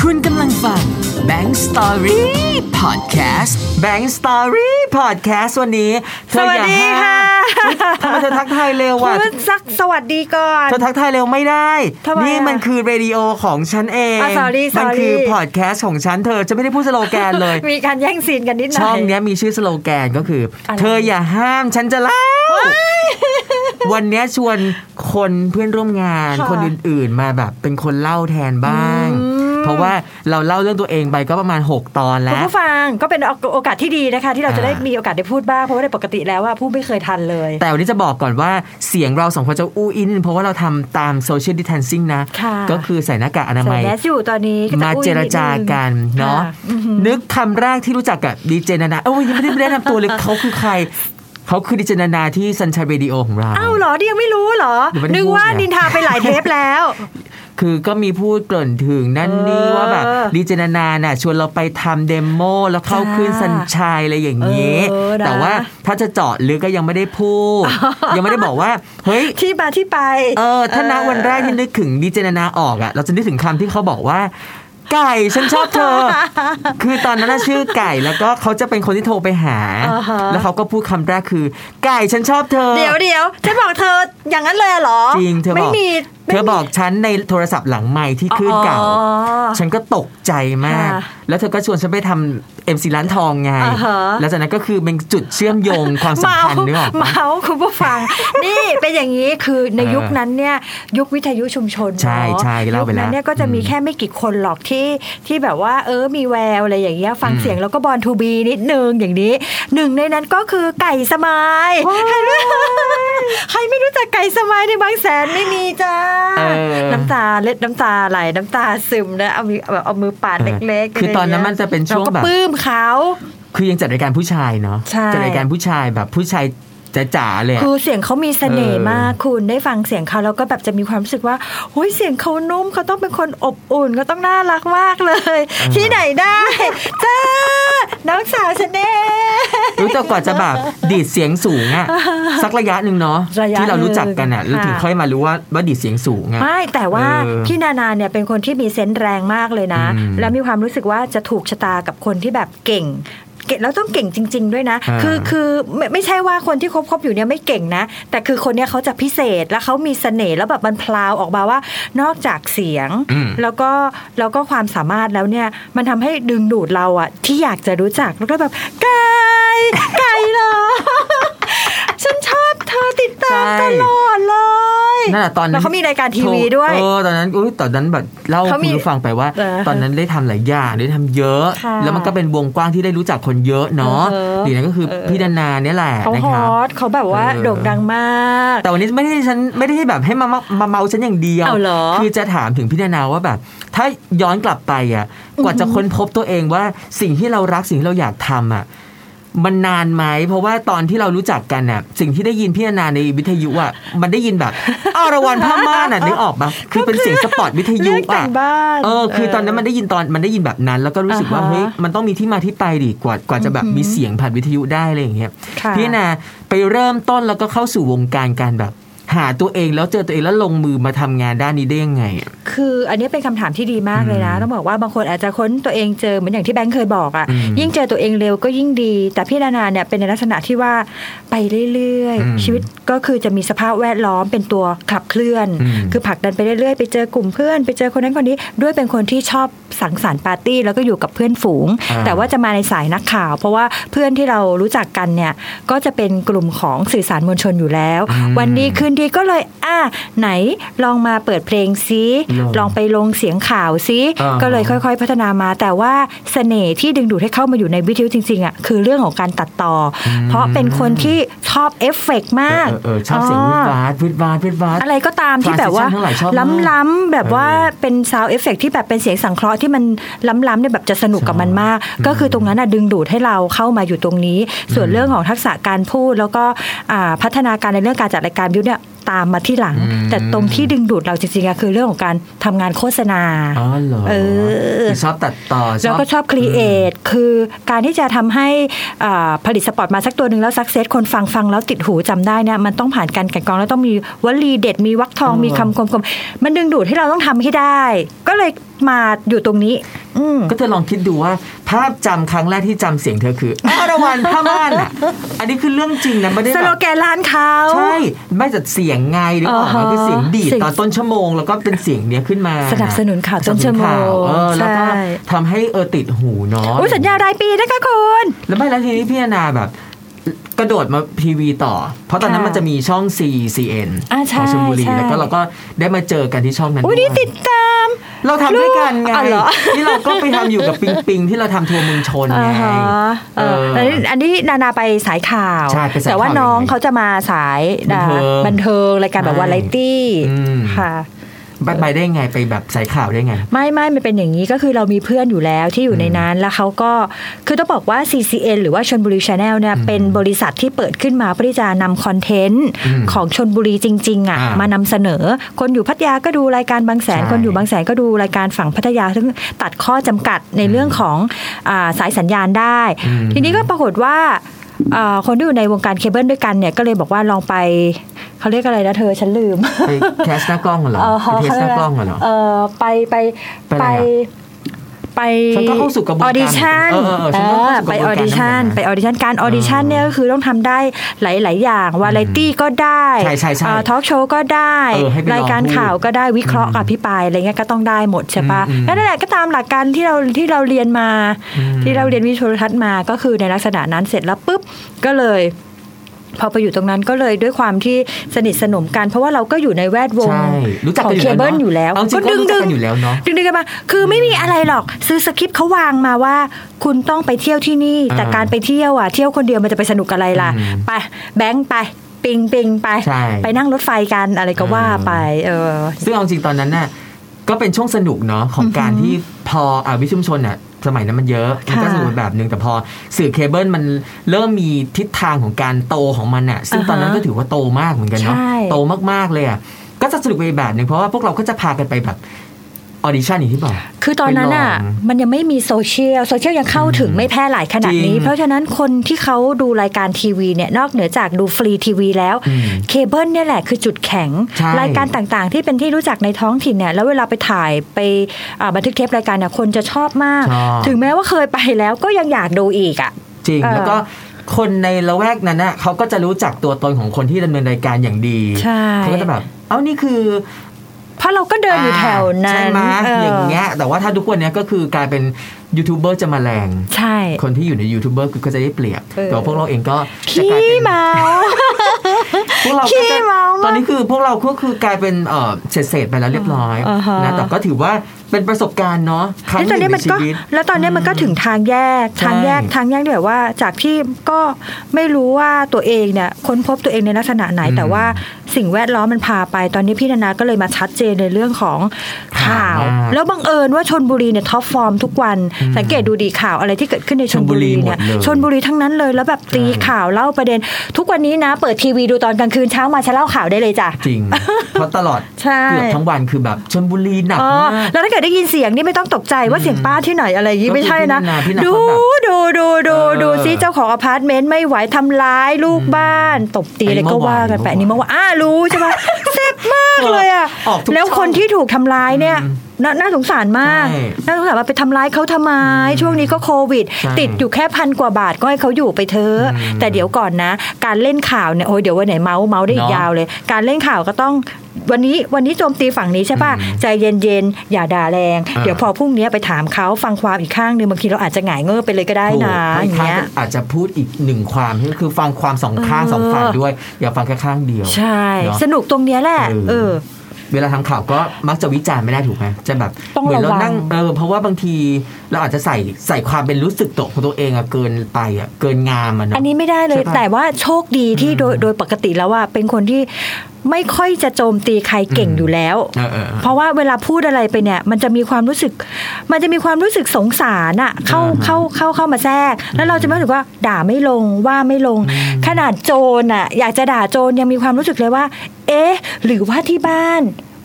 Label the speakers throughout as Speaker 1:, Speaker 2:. Speaker 1: คุณกำลังฟัง Bank Story Podcast
Speaker 2: Bank Story Podcast วันนี้เธออย่า
Speaker 3: สวัสดีค่ะ
Speaker 2: ห้ามทำไมเธอทักทายเร็วอ่ะ
Speaker 3: คุณซักสวัสดีก่อน
Speaker 2: เธอทักทายเร็วไม่ได้
Speaker 3: ทำไมอะ
Speaker 2: นี่มันคือเรดิโอของฉันเอง
Speaker 3: อ่ะ sorry
Speaker 2: มั
Speaker 3: sorry
Speaker 2: คือพอดแคสต์ของฉันเธอจะไม่ได้พูดสโลแกนเลย
Speaker 3: มีการแย่งซีนกันนิดหน่อย
Speaker 2: ช่องเนี้ยมีชื่อสโลแกนก็คืออะไร เธออย่าห้ามฉันจะเล่า วันเนี้ยชวนคนเพื่อนร่วมงานคนอื่นๆ มาแบบเป็นคนเล่าแทนบ้าง เพราะว่าเราเล่าเรื่องตัวเองไปก็ประมาณ 6 ตอน
Speaker 3: คุณ
Speaker 2: แล้ว
Speaker 3: ผู้ฟังก็เป็นโอกาสที่ดีนะคะ ที่เราจะได้
Speaker 2: อ่ามี
Speaker 3: มีโอกาสได้พูดบ้างเพราะว่าในปกติแล้วว่าพูดไม่เคยทันเลย
Speaker 2: แต่วันนี้จะบอกก่อนว่าเสียงเราสองคนจะอู้อินงเพราะว่าเราทำตามโซเชียลดิทันซิ่งนะ
Speaker 3: ค่ะ
Speaker 2: ก็คือใส่หน้ากากอนา
Speaker 3: ใส่
Speaker 2: มัย
Speaker 3: แมสอยู่ตอนนี้ก็ะ
Speaker 2: มา
Speaker 3: อุ้ย
Speaker 2: เจรจา
Speaker 3: ดง
Speaker 2: กันเนาะ
Speaker 3: ค่ะ
Speaker 2: นึกคำแรกที่รู้จักกับดีเจนานาเอ้ยยังไม่ได้แนะนำตัวเลย เขาคือใคร เขาคือดีเจนานาที่ซันช i ยเ e ดีโอของเรา
Speaker 3: อ้าวเหรอนี่ยังไม่รู้เหรอ
Speaker 2: ยังไม่ได้
Speaker 3: นึก
Speaker 2: พูด
Speaker 3: ว่า
Speaker 2: ไง
Speaker 3: นินทาไปหลายเทปแล้ว
Speaker 2: คือก็มีพูดเกริ่นถึงนั่นนี่
Speaker 3: เออ
Speaker 2: ว่าแบบดีเจนานาน่ะชวนเราไปทำเดโมแล้วเข้าขึ้น
Speaker 3: จ้า
Speaker 2: ซันช i ยอะไรอย่างนี้
Speaker 3: เออนะ
Speaker 2: แต่ว่าถ้าจะเจาะลึกก็ยังไม่ได้พู ด ยังไม่ได้บอกว่า เฮ้ย
Speaker 3: ที่มาที่ไป
Speaker 2: เออถ้าณวันแรกที่นึกถึงดีเจนานาออกอ่ะ เราจะนึกถึงคำที่เขาบอกว่า ไก่ฉันชอบเธ อ คือตอนนั้นน่ะชื่อไก่แล้วก็เขาจะเป็นคนที่โทรไปหา
Speaker 3: อ่าฮะ
Speaker 2: แล้วเขาก็พูดคำแรกคือ ไก่ฉันชอบเธอ
Speaker 3: เดี๋ยวเดี๋ยวฉันบอกเธออย่างนั้นเลยเหรอ
Speaker 2: จริงเธอบอก
Speaker 3: ไม่มี
Speaker 2: เธอบอกฉันในโทรศัพท์หลังไม้ที่คลื่นเก่า
Speaker 3: อ๋อ
Speaker 2: ฉันก็ตกใจมาก
Speaker 3: ค่ะ
Speaker 2: แล้วเธอก็ชวนฉันไปทำเอ็มซีร้านทองไง
Speaker 3: อ่าฮะ
Speaker 2: แล้วจากนั้นก็คือเป็นจุดเชื่อมโยงความสัมพันธ์นึกออกปะ
Speaker 3: เมาส์คุณผู้ฟัง นี่เป็นอย่างนี้คือใน
Speaker 2: เออ
Speaker 3: ยุคนั้นเนี่ยยุควิทยุชุมชนเนอะ
Speaker 2: ใช่ใช่เล่าไป
Speaker 3: ยุคนั้นเนี่ยก็จะมี
Speaker 2: อืม
Speaker 3: แค่ไม่กี่คนหรอกที่ที่แบบว่าเออมีแววอะไรอย่างเงี้ยฟังเสียงแล้วก็บอลทูบีนิดนึงอย่างนี้หนึ่งในนั้นก็คือไก่สมายใครไม่ใครไม่รู้จักไก่สมายในบางแสนไม่มีจ้า
Speaker 2: เออ
Speaker 3: น้ำตาเล็ดน้ำตาไหลน้ำตาซึมนะเอามือแบบเอามือปาดเล็กๆ
Speaker 2: คือตอนนั้นมันจะเป็นช่วง
Speaker 3: เรา
Speaker 2: แบ
Speaker 3: ก็
Speaker 2: บ
Speaker 3: ปลื้มเขา
Speaker 2: คือยังจัดรายการผู้ชายเนาะ
Speaker 3: ใช่
Speaker 2: จัดรายการผู้ชายแบบผู้ชายจ๋าๆเลยอะ
Speaker 3: คือเสียงเขามีเสน่ห์
Speaker 2: เออ
Speaker 3: มากคุณได้ฟังเสียงเขาแล้วก็แบบจะมีความรู้สึกว่าหุยเสียงเขานุ่มเขาต้องเป็นคนอบอุ่นเขาต้องน่ารักมากเลย ที่ไหนได้ จ้าน้องสาวฉันเอง
Speaker 2: รู้แต่กว่าจะแบบดีดเสียงสูงอะสักระยะหนึ่งเนาะ
Speaker 3: ระยะ
Speaker 2: ที่เรารู้จักกันอะ
Speaker 3: หนึ่
Speaker 2: แล้ว
Speaker 3: ง
Speaker 2: ถึง
Speaker 3: ค่ะ
Speaker 2: ค่อยมารู้ว่าว่าดีดเสียงสูงอะ
Speaker 3: ไม่แต่ว่า
Speaker 2: เออ
Speaker 3: พี่นานาเนี่ยเป็นคนที่มีเซนส์แรงมากเลยนะ
Speaker 2: อืม
Speaker 3: แล้วมีความรู้สึกว่าจะถูกชะตากับคนที่แบบเก่งเก่งแล้วต้องเก่งจริง ๆ ด้วยนะ
Speaker 2: อ่า
Speaker 3: คือคือไม่ไม่ใช่ว่าคนที่คบคบอยู่เนี่ยไม่เก่งนะ แต่คือคนเนี้ยเขาจะพิเศษแล้วเขามีเสน่ห์แล้วแบบมันพลาวออกมาว่า นอกจากเสียง
Speaker 2: อืม
Speaker 3: แล้วก็แล้วก็ความสามารถแล้วเนี่ยมันทำให้ดึงดูดเราอะที่อยากจะรู้จักแล้วก็แบบไก่ไก่เหรอ ฉันชอบเธอติดตามตลอดเลย
Speaker 2: นั่นแหละตอนนั้
Speaker 3: แล้
Speaker 2: น
Speaker 3: วเขามีรายการทีวีด้วย
Speaker 2: เออตอนนั้นอุ้ยตอนนั้นแบบเล่า
Speaker 3: เขามี
Speaker 2: คุณผู้ฟังไปว่า
Speaker 3: เออ
Speaker 2: ตอนนั้นได้ทำหลายอย่างได้ทำเยอะ
Speaker 3: ค่ะ
Speaker 2: แล้วมันก็เป็นวงกว้างที่ได้รู้จักคนเยอะเนาะ
Speaker 3: เออ
Speaker 2: ดีนั้นก็คือพี่ดานาเนี่ยแหละ
Speaker 3: เขา
Speaker 2: นะ
Speaker 3: ฮ
Speaker 2: ครั
Speaker 3: อบ ตเขาแบบว่า
Speaker 2: เออ
Speaker 3: โด่งดังมาก
Speaker 2: แต่วันนี้ไม่ได้ฉันไม่ได้ให้แบบให้มามามาเมาฉันอย่างเดียว
Speaker 3: เอาเหรอ
Speaker 2: คือจะถามถึงพี่นานาว่าแบบ ถ้าย้อนกลับไปอ่ะ กว่าจะค้นพบตัวเองว่าสิ่งที่เรารักสิ่งที่เราอยากทำอ่ะ มันนานไหมเพราะว่าตอนที่เรารู้จักกันน่ะ สิ่งที่ได้ยินพี่นานาในวิทยุอ่ะมันได้ยินแบบ อรวรรณพม่าน่ะนึกออกปะคือเป็นเสียงสปอร์ตวิทยุ
Speaker 3: เรื่องแต่
Speaker 2: อ่ะ
Speaker 3: งบ้าน
Speaker 2: เออ คือ
Speaker 3: เออ
Speaker 2: ตอนนั้นมันได้ยินตอนมันได้ยินแบบนั้น แล้วก็รู้สึกว่า
Speaker 3: อ่าฮะ
Speaker 2: เฮ้ยมันต้องมีที่มาที่ไปดิกว่ากว่าจะแบบมีเสียงผ่านวิทยุได้อะไรอย่างเงี้ย
Speaker 3: ค่ะ
Speaker 2: พี่นา ไปเริ่มต้นแล้วก็เข้าสู่วงการการแบบ หาตัวเองแล้วเจอตัวเองแล้วลงมือมาทำงานด้านนี้ได้ยังไงอะ
Speaker 3: คืออันนี้เป็นคำถามที่ดีมากเลยนะ
Speaker 2: อืม
Speaker 3: ต้องบอกว่าบางคนอาจจะค้นตัวเองเจอเหมือนอย่างที่แบงค์เคยบอกอะ่ะ
Speaker 2: อืม
Speaker 3: ยิ่งเจอตัวเองเร็วก็ยิ่งดี แต่พี่นานาเนี่ยเป็นในลักษณะที่ว่าไปเรื่อย
Speaker 2: อืม
Speaker 3: ๆ ชีวิตก็คือจะมีสภาพแวดล้อมเป็นตัวขับเคลื่อน
Speaker 2: อืม
Speaker 3: คือผลักดันไปเรื่อยๆ ไปเจอกลุ่มเพื่อน ไปเจอคนนั้นคนนี้ด้วยเป็นคนที่ชอบสังสรรค์ปาร์ตี้แล้วก็อยู่กับเพื่อนฝูง
Speaker 2: อ่า
Speaker 3: แต่ว่าจะมาในสายนักข่าว เพราะว่าเพื่อนที่เรารู้จักกันเนี่ยก็จะเป็นกลุ่มของสื่อสารมวลชนอยู่แล้ว
Speaker 2: อืม
Speaker 3: วันดีคืนดีก็เลยอ่ะไหนลองมาเปิดเพลงซิ
Speaker 2: ลอง
Speaker 3: ลองไปลงเสียงข่าวซิ
Speaker 2: อ่า
Speaker 3: ก็เลยค่อย ๆ พัฒนามา แต่ว่าเสน่ห์ที่ดึงดูดให้เข้ามาอยู่ในวิทยุจริงๆอ่ะคือเรื่องของการตัดต่ออเพราะเป็นคนที่ชอบเอฟเฟกต์มาก
Speaker 2: เออเออชอบเสียงวิดวาดวิดวาดวิดวาด
Speaker 3: อะไรก็ตามที่แบบว่า
Speaker 2: transition ทั้งหลายชอบมาก
Speaker 3: ล้ำๆแบบว่า
Speaker 2: เออ
Speaker 3: เป็นซาวเอฟเฟกที่แบบเป็นเสียงสังเคราะห์ที่มันล้ำๆเนี่ยแบบจะสนุกกับมันมาก
Speaker 2: อืม
Speaker 3: ก็คือตรงนั้นน่ะดึงดูดให้เราเข้ามาอยู่ตรงนี้ ส่วนเรื่องของทักษะการพูดแล้วก็อ่าพัฒนาการในเรื่องการจัดรายการวิทยุเนี่ยตามมาที่หลัง
Speaker 2: อืม
Speaker 3: แต่ตรงที่ดึงดูดเราจริงๆอะคือเรื่องของการทำงานโฆษณา
Speaker 2: อ๋อเหรอ
Speaker 3: เออ
Speaker 2: ชอบตัดต่อชอบ
Speaker 3: แล้วก็ชอบครีเอทคือการที่จะทำให้อ่าผลิตสปอตมาสักตัวหนึ่งแล้วสักเซสคนฟังฟังแล้วติดหูจำได้เนี่ยมันต้องผ่านการกลันกรองแล้วต้องมีวลีเด็ดมีวักทอง
Speaker 2: เออ
Speaker 3: มีคำคมๆมันดึงดูดให้เราต้องทำให้ได้ ก็เลยมาอยู่ตรงนี้ อืม
Speaker 2: ก็เธอลองคิดดูว่า ภาพจำครั้งแรกที่จำเสียงเธอคืออรวรรณผ้าม่านอ่ะ อันนี้คือเรื่องจริงนะไม่ได้
Speaker 3: ส
Speaker 2: แบ
Speaker 3: โล
Speaker 2: บ
Speaker 3: แกนร้านเขา
Speaker 2: ใช่ไม่จัดเสียงไงหรือเปล่า
Speaker 3: อ่าฮะ
Speaker 2: คือเสียงดีด
Speaker 3: เสียง
Speaker 2: ตอนต้นชั่วโมง แล้วก็เป็นเสียงเนี้ยขึ้นมา
Speaker 3: สนับสนุนข่าวต้นชั่วโมง
Speaker 2: เออแล้วก็
Speaker 3: ใช่
Speaker 2: ทำให้เออติดหูเนาะ
Speaker 3: อุ้ยสัญญารายปีนะคะคุณ
Speaker 2: แล้วไม่แล้วทีนี้พี่แอนนาแบบ กระโดดมาทีวีต่อ เพราะตอนนั้น
Speaker 3: ค่ะ
Speaker 2: มันจะมีช่อง CCN
Speaker 3: อ่าใช่
Speaker 2: ของชลบุรี
Speaker 3: ใช่
Speaker 2: แล้วก็เราก็ได้มาเจอกันที่ช่องนั้น
Speaker 3: อุ้ยนี่
Speaker 2: ด้วย
Speaker 3: ติดตาม
Speaker 2: เราทำด้วยกันไง
Speaker 3: อ๋อเหรอ
Speaker 2: ที่เราก็ไปทำอยู่กับปิงปิงที่เราทำทัวร์เมืองชนไง
Speaker 3: อ่าฮะเออ
Speaker 2: เออ
Speaker 3: อันนี้นานาไปสายข่าว
Speaker 2: ใช่ไปสายข่าว
Speaker 3: แต่ว่าน้องเขาจะมาสาย
Speaker 2: บันเทิง
Speaker 3: บันเทิงรายการแบบ
Speaker 2: ใช่
Speaker 3: วาไรตี้
Speaker 2: อืม
Speaker 3: ค่ะ
Speaker 2: ไปไปได้ไงไปแบบสายข่าวได้ไง
Speaker 3: ไม่ไม่มันเป็นอย่างนี้ก็คือเรามีเพื่อนอยู่แล้วที่อยู่ในนั้นแล้วเขาก็คือต้องบอกว่า CCN หรือว่าชนบุรีชาแนลเนี่ยเป็นบริษัทที่เปิดขึ้นมาเพื่อที่จะนำคอนเทนต์
Speaker 2: อืม
Speaker 3: ของชนบุรีจริงๆอ่ะ
Speaker 2: อ่าม
Speaker 3: านำเสนอ คนอยู่พัทยาก็ดูรายการบางแสน
Speaker 2: ใช่
Speaker 3: คนอยู่บางแสนก็ดูรายการฝั่งพัทยาซึ่งตัดข้อจำกัดในเรื่องของอาสายสัญญาณได้
Speaker 2: อืม
Speaker 3: ทีนี้ก็ปรากฏว่าอ่าคนที่อยู่ในวงการเคเบิลด้วยกันเนี่ยก็เลยบอกว่าลองไปเขาเรียกอะไรนะเธอฉันลืม
Speaker 2: ไปแคสหน้ากล้องเหรอ
Speaker 3: เออ
Speaker 2: ไป
Speaker 3: เขา
Speaker 2: เทสห
Speaker 3: เขา
Speaker 2: น้าก
Speaker 3: เรียอะไร
Speaker 2: กล้องเหรอ
Speaker 3: เออไปไป
Speaker 2: ไปอะไร
Speaker 3: ไป
Speaker 2: อะ
Speaker 3: ไป
Speaker 2: ฉันก็เข้าสู่กระบวนการ
Speaker 3: ออดิชั่น
Speaker 2: เออเออเออฉันก็เข้าสู่กระบวนการ
Speaker 3: ไปออดิชั่น
Speaker 2: เหมือนกันนะ
Speaker 3: ไปออดิชั่นการออดิชั่น
Speaker 2: เออ
Speaker 3: เนี่ยก็คือต้องทำได้หลาย ๆ อย่างวาไรตี้ก็ได้
Speaker 2: ใช่ใช่ใช่
Speaker 3: ทอล์กโชว์ก็ได้
Speaker 2: เออให้ไปลอง
Speaker 3: รายการข่าวก็ได้วิเคราะห์
Speaker 2: อืม
Speaker 3: อภิปรายอะไรเงี้ยก็ต้องได้หมดใช่ปะ
Speaker 2: อืมอืม
Speaker 3: ก็นั่นแหละก็ตามหลักการที่เราที่เราเรียนมา
Speaker 2: อืม
Speaker 3: ที่เราเรียนวิชวลโทรทัศน์มาก็คือในลักษณะนั้นเสร็จแล้วปุ๊บก็เลย พอไปอยู่ตรงนั้นก็เลยด้วยความที่สนิทสนมกันเพราะว่าเราก็อยู่ในแวดวง
Speaker 2: ใช่รู้จัก
Speaker 3: ขอ
Speaker 2: กันอ
Speaker 3: ง
Speaker 2: ยู่
Speaker 3: เค
Speaker 2: แล้ว
Speaker 3: เบิล
Speaker 2: เนะ
Speaker 3: อยู่แล้ว
Speaker 2: เาจริงก็รู้จักกันอยู่แล้วเนาะ
Speaker 3: ดึงดึงกันมาคือไม่มีอะไรหรอกซื้อสคริปต์เขาวางมาว่า คุณต้องไปเที่ยวที่นี่
Speaker 2: อ่า
Speaker 3: แต่การไปเที่ยวอ่ะเที่ยวคนเดียวมันจะไปสนุกอะไรล่ะ
Speaker 2: อืม
Speaker 3: ไปแบงค์ไปปิงปิงไป
Speaker 2: ใช่
Speaker 3: ไปนั่งรถไฟกันอะไรก็ว่า
Speaker 2: อืม
Speaker 3: ไปเออ
Speaker 2: ซึ่งเอาจริงตอนนั้นน่ะก็เป็นช่วงสนุกเนาะของการที่พออ่าวิทยุชุมชนอ่ะสมัยนั้นมันเยอะมันก็
Speaker 3: ค่ะ
Speaker 2: สนุกแบบหนึ่งแต่พอสื่อเคเบิลมันเริ่มมีทิศทางของการโตของมันอ่ะซึ่งตอนนั้น
Speaker 3: อ่าฮะ
Speaker 2: ก็ถือว่าโตมากเหมือนกันเนาะ
Speaker 3: ใช่
Speaker 2: โตมากๆเลยอ่ะก็จะสนุกไปอีกแบบหนึ่งเพราะว่าพวกเราก็จะพากันไปแบบออดิชั่นอย่างที่บอก
Speaker 3: คือตอนนั้นอ่ะ
Speaker 2: ไปลอง
Speaker 3: มันยังไม่มีโซเชียลโซเชียลยังเข้าถึงไม่แพร่หลายขนาดนี้
Speaker 2: จริง
Speaker 3: เพราะฉะนั้นคนที่เขาดูรายการทีวีเนี่ยนอกเหนือจากดูฟรีทีวีแล้ว
Speaker 2: อืม
Speaker 3: เคเบิลเนี่ยแหละคือจุดแข็ง
Speaker 2: ใช่
Speaker 3: รายการต่างๆ ที่เป็นที่รู้จักในท้องถิ่นเนี่ยแล้วเวลาไปถ่ายไปอ่าบันทึกเทปรายการเนี่ยคนจะชอบมาก
Speaker 2: ชอบ
Speaker 3: ถึงแม้ว่าเคยไปแล้วก็ยังอยากดูอีกอ่ะ
Speaker 2: จริง
Speaker 3: เออ
Speaker 2: แล้วก็คนในละแวกนั้นน่ะเขาก็จะรู้จักตัวตนของคนที่ดำเนินรายการอย่างดี
Speaker 3: ใช่
Speaker 2: เขาก็จะแบบ เอ้านี่คือ
Speaker 3: เพราะเราก็เดินอยู่แถวนั้
Speaker 2: ใช่
Speaker 3: น
Speaker 2: ไหม
Speaker 3: เ
Speaker 2: อย่างเงี้ยแต่ว่าถ้าทุกคนเนี้ยก็คือกลายเป็นยูทูบเบอร์จะมาแรง
Speaker 3: ใช่
Speaker 2: คนที่อยู่ในยูทูบเบอร์ก็จะได้เปรียบ
Speaker 3: เออ
Speaker 2: แต่ว่าพวกเราเองก็จะ
Speaker 3: ขี้
Speaker 2: กลายเป็น
Speaker 3: เมา
Speaker 2: พวกเรา
Speaker 3: ขี้
Speaker 2: ก็จะ
Speaker 3: เมามาก
Speaker 2: ตอนนี้คือพวกเราก็คือกลายเป็นเอ่อเศษๆไปแล้วเรียบร้อย
Speaker 3: อ่าฮะ
Speaker 2: นะแต่ก็ถือว่าเป็นประสบการณ์เนาะครั้งห
Speaker 3: แล้วตอน
Speaker 2: นึ่
Speaker 3: นี้
Speaker 2: งใน
Speaker 3: มัน
Speaker 2: ชี
Speaker 3: ก็
Speaker 2: วิต
Speaker 3: แล้วตอนนี้มันก็ถึงทางแยก
Speaker 2: ใช่
Speaker 3: ทางแยกทางแยกที่แบบว่าจากที่ก็ไม่รู้ว่าตัวเองเนี่ยค้นพบตัวเองในลักษณะไหน
Speaker 2: อืม
Speaker 3: แต่ว่าสิ่งแวดล้อมมันพาไป ตอนนี้พี่นานาก็เลยมาชัดเจนในเรื่องของข่าว
Speaker 2: ข่าวมาก
Speaker 3: แล้วบังเอิญว่าชนบุรีเนี่ยท็อปฟอร์มทุกวัน
Speaker 2: อืม
Speaker 3: สังเกตดูดีข่าวอะไรที่เกิดขึ้นในชนบุรีเนี่ย
Speaker 2: ชลบุรีหมดเลย
Speaker 3: ชนบุรีทั้งนั้นเลยแล้วแบบตี
Speaker 2: ใช่
Speaker 3: ข่าวเล่าประเด็น ทุกวันนี้นะ เปิดทีวีดูตอนกลางคืนเช้ามาฉันเล่าข่าวได้เลยจ้ะ
Speaker 2: จ ริง เพราะตลอด
Speaker 3: ใช่
Speaker 2: เกือบทั้งวันคือแบบชนบุรีหนัก
Speaker 3: อ๋อ
Speaker 2: มาก
Speaker 3: แล้วถ้าเกิดได้ยินเสียงนี่ไม่ต้องตกใจว่าเสียงป้าที่ไหนอะไรอย่างนี้
Speaker 2: ก็คือ
Speaker 3: ไม่ใช่นะ
Speaker 2: พี่นาพี่นา
Speaker 3: ดู
Speaker 2: เขาแบบ
Speaker 3: ดูดูดู
Speaker 2: เออ
Speaker 3: ดูซิเจ้าของอพาร์ตเมนต์ไม่ไหวทำร้ายลูกบ้าน ตบตี
Speaker 2: อัน
Speaker 3: อะไร
Speaker 2: นี้
Speaker 3: ก็
Speaker 2: เมื่อวา
Speaker 3: ว่าน กันไปอัน
Speaker 2: เมื่
Speaker 3: นี้
Speaker 2: อวาน
Speaker 3: เมื่อวานอ้ารู้ใช่ ปะ เซ็บมากเลยอ่ะ
Speaker 2: ออกทุก
Speaker 3: แล้วคน
Speaker 2: ช่อง
Speaker 3: ที่ถูกทำร้ายเนี่ยน่าน่าสงสารมาก
Speaker 2: ใช่
Speaker 3: น่าสงสารว่าไปทำร้ายเขาทำไมช่วงนี้ก็โควิด
Speaker 2: ใช่
Speaker 3: ติดอยู่แค่พันกว่าบาทก็ให้เขาอยู่ไปเถอะ
Speaker 2: อืม
Speaker 3: แต่เดี๋ยวก่อนนะ การเล่นข่าวเนี่ยโอ้ยเดี๋ยววันไหนเมาส์เมาส์ได้อีก
Speaker 2: เนาะ
Speaker 3: ยาวเลย การเล่นข่าวก็ต้องวันนี้วันนี้โจมตีฝั่งนี้ใช่ปะ
Speaker 2: อืม
Speaker 3: ใจเย็นๆ อย่าด่าแรง
Speaker 2: อ่า
Speaker 3: เดี๋ยวพอพรุ่งนี้ไปถามเขาฟังความอีกข้างหนึ่งบางทีเราอาจจะหงายเงือไปเลยก็ได้
Speaker 2: ถูก
Speaker 3: นะ
Speaker 2: ไม่
Speaker 3: อย่าง
Speaker 2: ค้าง
Speaker 3: เงี้ย
Speaker 2: อาจจะพูดอีกหนึ่งความก็คือฟังความสองข้างสองฝ่ายด้วย อย่าฟังแค่ข้างเดียว
Speaker 3: ใช่
Speaker 2: เนาะ
Speaker 3: สนุกตรงเนี้ยแหละ
Speaker 2: เออ
Speaker 3: เออ
Speaker 2: เวลาทำข่าวก็มักจะวิจารณ์ไม่ได้ถูกไหมจะแบบ
Speaker 3: ต้อง
Speaker 2: เหมืน
Speaker 3: ระวั
Speaker 2: เรา
Speaker 3: ง
Speaker 2: นั่งเออเพราะว่าบางทีเราอาจจะใส่ใส่ความเป็นรู้สึกตกของตัวเองอะเกินไปอะเกินงามอะเนาะ
Speaker 3: อันนี้ไม่ได้เลย
Speaker 2: ใช่ปะ
Speaker 3: แต่ว่าโชคดีที่โดยโดยปกติแล้วว่าเป็นคนที่ไม่ค่อยจะโจมตีใครเก่ง
Speaker 2: อืม
Speaker 3: อยู่แล้ว
Speaker 2: เออเออเออ
Speaker 3: เพราะว่าเวลาพูดอะไรไปเนี่ย มันจะมีความรู้สึก มันจะมีความรู้สึกสงสารอะเข้า
Speaker 2: อ่าฮะ
Speaker 3: เข้าเข้าเข้ามาแทรก แล้วเราจะไม่รู้สึกว่าด่าไม่ลงว่าไม่ลง
Speaker 2: อืม
Speaker 3: ขนาดโจรอะอยากจะด่าโจรยังมีความรู้สึกเลยว่า เอ๊ะ หรือว่าที่บ้าน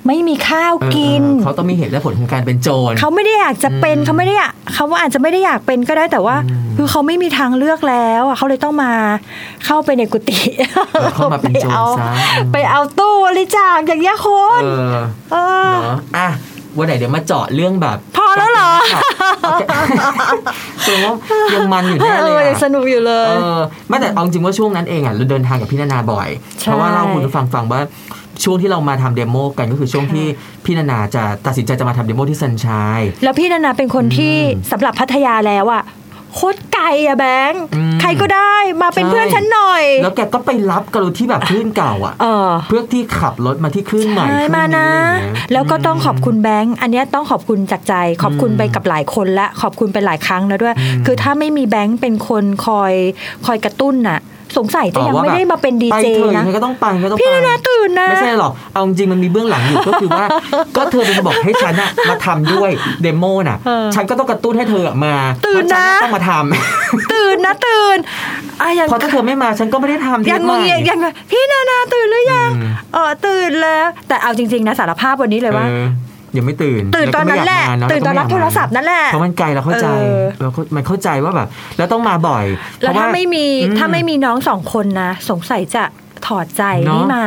Speaker 3: ไม่มีข้าว
Speaker 2: เออ
Speaker 3: กิน
Speaker 2: เออเขาต้องมีเหตุและผลของการเป็นโจร
Speaker 3: เขาไม่ได้อยากจะเป็น
Speaker 2: อืม
Speaker 3: เขาไม่ได้อยากเขาว่าอาจจะไม่ได้อยากเป็นก็ได้แต่ว่า
Speaker 2: อืม
Speaker 3: คือเขาไม่มีทางเลือกแล้วอะเขาเลยต้องมาเข้าไปในกุฏิ
Speaker 2: อเข้ามาเป็นโจรซะ
Speaker 3: ไปเอาไปเอาตู้บริจาคอย่างเงี้ยค
Speaker 2: เอน อ
Speaker 3: เออ
Speaker 2: เนาะอ่ะ วันไหนเดี๋ยวมาเจาะเรื่องแบบ
Speaker 3: พอแล้วเหรอ
Speaker 2: ตัวว่ายังมันอยู่แน่
Speaker 3: เอ
Speaker 2: เล
Speaker 3: อย ยังส
Speaker 2: อะ
Speaker 3: นุกอยู่เล
Speaker 2: เอย อไม่แต่เอาจริงว่าช่วงนั้นเองอ่ะเราเดินทางกับพี่นานาบ่อย
Speaker 3: ใช่
Speaker 2: เพราะว่าเล่าให้คุณผู้ฟังฟังว่าช่วงที่เรามาทำเดโมกันก็คือช่วง
Speaker 3: ค่ะ
Speaker 2: ที่พี่นานาจะตัดสินใจจะมาทำเดโมที่สันชาย
Speaker 3: แล้วพี่นานาเป็นคนที่สำหรับพัทยาแล้วอะโคตรไกลอะแบงค์
Speaker 2: อืม
Speaker 3: ใครก็ได้มาเป็น
Speaker 2: ใช่
Speaker 3: เพื่อนฉันหน่อย
Speaker 2: แล้วแกก็ไปรับกันที่แบบคลื่นเก่าอ่ะ
Speaker 3: เออ
Speaker 2: เพื่อที่ขับรถมาที่คลื่นใหม่
Speaker 3: ใช่
Speaker 2: คลื่
Speaker 3: มานะ
Speaker 2: อะไรอย่างเงี้ย
Speaker 3: แล้วก็ต้องขอบคุณแบงค์ อันเนี้ยต้องขอบคุณจากใจ ขอบคุณไปกับหลายคนและขอบคุณไปหลายครั้งแล้วด้วย
Speaker 2: อืม
Speaker 3: คือถ้าไม่มีแบงค์เป็นคนคอยคอยกระตุ้นน่ะ สงสัยจะยัง
Speaker 2: อ๋อว่แบบ
Speaker 3: ไม่ได้มาเป็นดี
Speaker 2: ไป
Speaker 3: เจ
Speaker 2: เถอ
Speaker 3: นะ
Speaker 2: ยังไงก็ต้องไปยังไงก็ต้อง
Speaker 3: พี่
Speaker 2: ไป
Speaker 3: นานาตื่นนะ
Speaker 2: ไม่ใช่หรอก เอาจริงๆมันมีเบื้องหลังอยู่ ก็ คือว่า ก็เธอเป็นคนบอกให้ฉันอะมาทำด้วยเดโมน่ะ
Speaker 3: เออ
Speaker 2: ฉันก็ต้องกระตุ้นให้เธออะมา
Speaker 3: ตื่นนะ
Speaker 2: เพราฉัต้องมาทำ
Speaker 3: ตื่นนะตื่นอ่ะยัง
Speaker 2: พอถ้าเธอไม่มาฉันก็ไม่ได้ทำที่
Speaker 3: ยังง
Speaker 2: ใหม่
Speaker 3: งยังยังพี่นานาตื่นหรือยัง
Speaker 2: อืม
Speaker 3: เออตื่นแล้ว แต่เอาจริง ๆนะสารภาพวันนี้เลยว่า
Speaker 2: ออยังไม่ตื่น
Speaker 3: ตื่นตอนนั้นแหละ
Speaker 2: วก็ไม่ยากมาเา
Speaker 3: ตื่นตอนรับโทรศัพท์นั่นแหละ
Speaker 2: เพราะมันไกลเราเข้าใจ
Speaker 3: เออ
Speaker 2: เราก็มันเข้าใจว่าแบบ แล้วต้องมาบ่อย
Speaker 3: แล้ว
Speaker 2: เพระ
Speaker 3: ถ้าไม่มี
Speaker 2: อืม
Speaker 3: ถ้าไม่มีน้องสองคนนะสงสัยจะถอดใจ
Speaker 2: เนอะ
Speaker 3: ไม่มา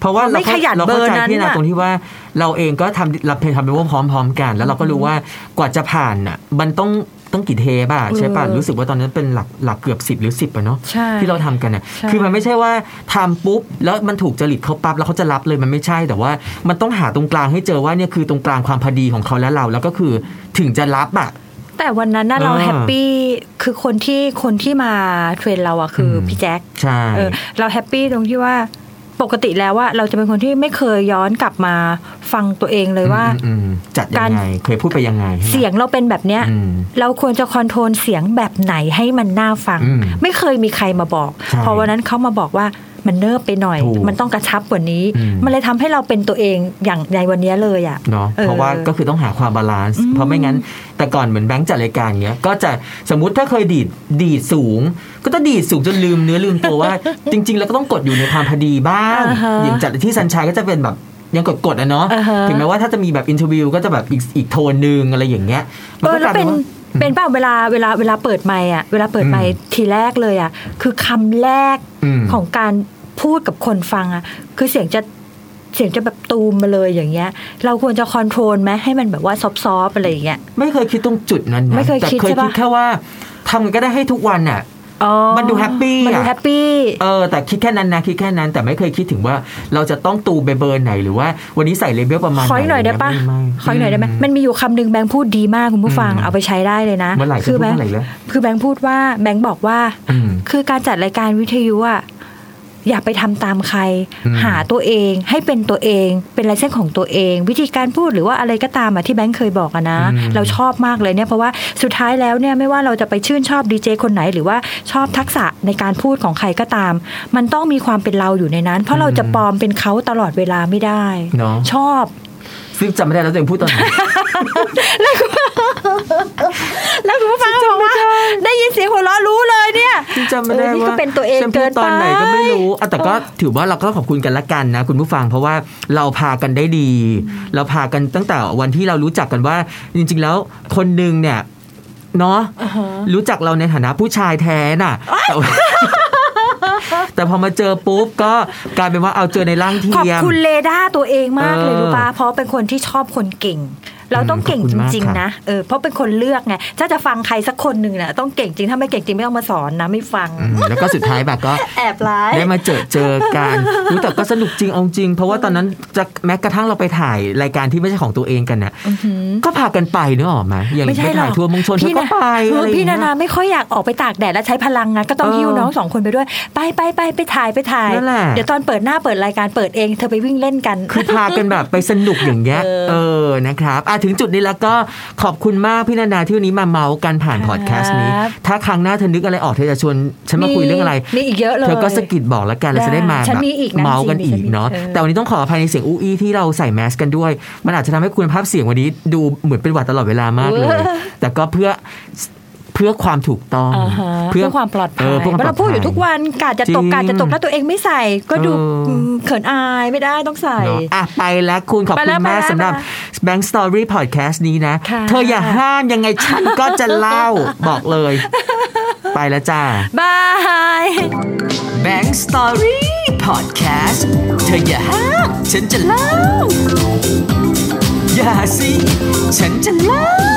Speaker 2: เพราะว่าเรา
Speaker 3: ไม่ขยัน
Speaker 2: เรา
Speaker 3: เบอ
Speaker 2: เข้า
Speaker 3: ร์
Speaker 2: ใจ
Speaker 3: นั้น
Speaker 2: พี่นา
Speaker 3: น่ะ
Speaker 2: ตรงที่ว่าเราเองก็ทำรับเพลงทำเดโมพร้อม ๆ กัน แล้วเราก็รู้ว่ากว่าจะผ่านอ่ะมันต้องต้องกี่เทปอ่ะใช่ป่ะ
Speaker 3: เออ
Speaker 2: รู้สึกว่าตอนนั้นเป็นหลักหลักเกือบ 10 หรือ 10อ่ะเนาะ
Speaker 3: ใช่
Speaker 2: ที่เราทำกันอ่ะ
Speaker 3: ใช่
Speaker 2: คือมันไม่ใช่ว่าทำปุ๊บ แล้วมันถูกจริตเขาปั๊บแล้วเขาจะรับเลยมันไม่ใช่แต่ว่ามันต้องหาตรงกลางให้เจอว่าเนี่ยคือตรงกลางความพอดีของเขาและเรา แล้วก็คือถึงจะรับอ่ะ
Speaker 3: แต่วันนั้นน่ะเรา
Speaker 2: อ่า
Speaker 3: แฮปปี้คือคนที่คนที่มาเทรนเราอะคืออ
Speaker 2: ม
Speaker 3: พี่แจ็ค
Speaker 2: ใช่
Speaker 3: เออเราแฮปปี้ตรงที่ว่าปกติแล้วว่าเราจะเป็นคนที่ไม่เคยย้อนกลับมาฟังตัวเองเลยว่า
Speaker 2: อืมอืมจัดยั
Speaker 3: การ
Speaker 2: งไงเคยพูดไปยังไงใช่ไหม
Speaker 3: เสียงเราเป็นแบบเนี้ย
Speaker 2: อืม
Speaker 3: เราควรจะคอนโทรลเสียงแบบไหนให้มันน่าฟัง
Speaker 2: อืม
Speaker 3: ไม่เคยมีใครมาบอก
Speaker 2: ใช่
Speaker 3: พอวันนั้นเขามาบอกว่ามันเนิบไปหน่อย
Speaker 2: ถูก
Speaker 3: มันต้องกระชับกว่านี้
Speaker 2: อืม
Speaker 3: มันเลยทำให้เราเป็นตัวเองอย่างในวันเนี้ยเลยอะ
Speaker 2: เนาะ
Speaker 3: เออ
Speaker 2: เพราะว่าก็คือต้องหาความบาลานซ์เพราะไม่งั้นแต่ก่อนเหมือนแบงค์จัดรายการเงี้ยก็จะสมมติถ้าเคยดีดดีดสูง ก็จะดีดสูงจนลืมเนื้อลืมตัวว่า จริง ๆ แล้วก็ต้องกดอยู่ในความพอดีบ้าง
Speaker 3: อ่าฮะ
Speaker 2: อย่างจัดที่สัญชัยก็จะเป็นแบบยังกดกดๆอะเนาะ
Speaker 3: อ่าฮะ
Speaker 2: ถึงแม้ว่าถ้าจะมีแบบอินเทอร์วิวก็จะแบบอีกอีกโทนหนึ่งอะไรอย่างเงี้ยมั
Speaker 3: เออ
Speaker 2: ก็ก
Speaker 3: แล้ว
Speaker 2: ลาย
Speaker 3: เป็น
Speaker 2: ว่า
Speaker 3: เป็นเปล่าเวลาเวลาเวลาเปิดไมค์อ่ะเวลาเปิดไมค์ทีแรกเลยอ่ะคือคำแรก
Speaker 2: อืม
Speaker 3: ของการพูดกับคนฟังอ่ะคือเสียงจะเสียงจะแบบตูมมาเลยอย่างเงี้ย เราควรจะคอนโทรลไหมให้มันแบบว่าซอฟๆอะไรอย่างเงี้ย
Speaker 2: ไม่เคยคิดตรงจุดนั้นนะ
Speaker 3: ไม่เคย
Speaker 2: แต่
Speaker 3: คิด
Speaker 2: เคย
Speaker 3: ใช่ปะ
Speaker 2: คิดแค่ว่าทำไงก็ได้ให้ทุกวันอ่ะ
Speaker 3: อ๋อ
Speaker 2: มันดูแฮปปี้
Speaker 3: มันดู
Speaker 2: อะ
Speaker 3: แฮปปี้
Speaker 2: เออแต่คิดแค่นั้นนะคิดแค่นั้นแต่ไม่เคยคิดถึงว่าเราจะต้องตูไปเบอร์ไหนหรือว่าวันนี้ใส่เลเวลประมาณ
Speaker 3: ขออีกหน่อยได้ปะ
Speaker 2: ม่ม่
Speaker 3: ขออีกหน่อยได้ไหมมันมีอยู่คำหนึ่งแบงค์พูดดีมากคุณผู้ฟัง
Speaker 2: อืม
Speaker 3: เอาไปใช้ได้เลยนะ
Speaker 2: เมื่อไหร่
Speaker 3: คืแบง
Speaker 2: เมื่อไหร่แล้ว
Speaker 3: คือแบงค์พูดว่าแบงค์บอกว่า
Speaker 2: อืม
Speaker 3: คือการจัดรายการวิทยุอะอย่าไปทำตามใคร
Speaker 2: อืม
Speaker 3: หาตัวเองให้เป็นตัวเองเป็นลายเส้นของตัวเอง วิธีการพูดหรือว่าอะไรก็ตามอะที่แบงค์เคยบอกอะนะ
Speaker 2: อืม
Speaker 3: เราชอบมากเลยเนี่ยเพราะว่าสุดท้ายแล้วเนี่ยไม่ว่าเราจะไปชื่นชอบดีเจคนไหน หรือว่าชอบทักษะในการพูดของใครก็ตาม มันต้องมีความเป็นเราอยู่ในนั้น เพราะเราจะปลอมเป็นเขาตลอดเวลาไม่ได้
Speaker 2: เนอะ
Speaker 3: ชอบ
Speaker 2: ซึ่งจำไม่ได้แล้วตัวเองพูดตอนไหน
Speaker 3: แล้วคุณผู้ฟังบอกว่าได้ยินเสียงหัวเราะรู้เลยเนี่ย
Speaker 2: ซึ่งจำไม่ได้
Speaker 3: เออนี่ก็
Speaker 2: ว่า
Speaker 3: เป็นตัวเอง
Speaker 2: ฉัพู
Speaker 3: เกิ
Speaker 2: ด
Speaker 3: น
Speaker 2: ต
Speaker 3: ไป
Speaker 2: อนไหนก็ไม่รู้อ่ะแต่ก็ถือว่าเราก็ขอบคุณกันละกันนะ คุณผู้ฟังเพราะว่าเราพากันได้ดี เราพากันตั้งแต่วันที่เรารู้จักกันว่า จริง ๆ แล้วคนหนึ่งเนี่ยเนาะรู้จักเราในฐานะผู้ชายแท้ น่ะแต่ว่าแต่พอมาเจอปุ๊บก็กลายเป็นว่าเอาเจอในร่างเที
Speaker 3: ขอบ
Speaker 2: ยม
Speaker 3: คุณเลด้าตัวเองมาก
Speaker 2: เอ
Speaker 3: เลย
Speaker 2: อ
Speaker 3: รู้ปะเพราะเป็นคนที่ชอบคนเก่ง เราต้องเก่งจริง
Speaker 2: ขอบคุณมากค่ะ
Speaker 3: ๆ นะเออเพราะเป็นคนเลือกไงถ้าจะฟังใครสักคนหนึ่งเนี่ยต้องเก่งจริงถ้าไม่เก่งจริงไม่ต้องมาสอนนะไม่ฟัง
Speaker 2: อืมแล้วก็สุดท้ายแบบก็
Speaker 3: แอบร้าย
Speaker 2: ได้มาเจอเจอ กันรู้แต่ก็สนุกจริงเอาจริง เพราะว่าตอนนั้นจะแม้กระทั่งเราไปถ่ายรายการที่ไม่ใช่ของตัวเองกันน่ะก็พากันไปเนกออกไหมาอย่าง
Speaker 3: ไม่
Speaker 2: ไป
Speaker 3: ใช่หร
Speaker 2: ถ่า
Speaker 3: อย ก
Speaker 2: ทัวร์เมองชนเธอก็ไป
Speaker 3: เอ
Speaker 2: อะไรอ
Speaker 3: อ
Speaker 2: ย่งเงี้ย
Speaker 3: พี่นานาไม่ค่อยอยากออกไปตากแดดและใช้พลังงานก็ต้อง
Speaker 2: เออ
Speaker 3: หิ้วน้องสองคนไปด้วย ไปไปไปไปถ่ายไปถ่าย
Speaker 2: นั่นแหละ
Speaker 3: เดี๋ยวตอนเปิดหน้าเปิดรายการเปิดเองเธอไปวิ่งเล่นกัน
Speaker 2: คือพากันแบบไปสนุกอย่างเงี้ยเออนะครับอ่ะถึงจุดนี้แล้วก็ขอบคุณมากพี่นานาที่วันนี้มาเมาส์กันผ่านพอดแคสต์นี้
Speaker 3: ครับ
Speaker 2: ถ้าครั้งหน้าเธอนึกอะไรออกเธอจะชวนฉันมาคุยเรื่องอะไร
Speaker 3: มีอีกเยอะเลย
Speaker 2: เธอก็สะกิดบอกแล้วกันเราจะได้มา
Speaker 3: ฉั
Speaker 2: แบ
Speaker 3: น
Speaker 2: บ
Speaker 3: มีอีกนะ
Speaker 2: เมาส์กัน
Speaker 3: จริ
Speaker 2: อี
Speaker 3: งๆ
Speaker 2: กเนาะ
Speaker 3: ฉันมีเออ
Speaker 2: แต่วันนี้ต้องขออภัยในเสียงอู้อี้ที่เราใส่แมสกันด้วย มันอาจจะทำให้คุณภาพเสียงวันนี้ดูเหมือนเป็นหวัดตลอดเวลามากเลย แต่ก็เพื่อเพื่อความถูกต้อง
Speaker 3: อ่าฮะเพื่อความปลอดภัย
Speaker 2: เเพื่อควม
Speaker 3: เพราะ
Speaker 2: ปล
Speaker 3: เราพูดอยู่ทุก
Speaker 2: ภั
Speaker 3: วันกาดจะต
Speaker 2: จ
Speaker 3: ก
Speaker 2: ริง
Speaker 3: กาดจะตกแล้วตัวเองไม่ใส่ ก็ดู
Speaker 2: เอออื
Speaker 3: มเขินอายไม่ได้ต้องใส่
Speaker 2: เนอะอ่ะไปแล้วคุณขอบ
Speaker 3: ไป
Speaker 2: คุ
Speaker 3: แล้
Speaker 2: ณ
Speaker 3: ว
Speaker 2: มาก
Speaker 3: ไปแล้ว
Speaker 2: สำหรับ
Speaker 3: ไปแล้
Speaker 2: Bank Story Podcast นี้นะ
Speaker 3: ค่ะ
Speaker 2: เธออย่าห้ามยังไงฉันก็จะเล่า บอกเลย ไปแล้วจ้า
Speaker 3: บาย
Speaker 1: Bank Story Podcast เธออย่าห้ามฉันจะเล่า อย่าสิ ฉันจะเล่า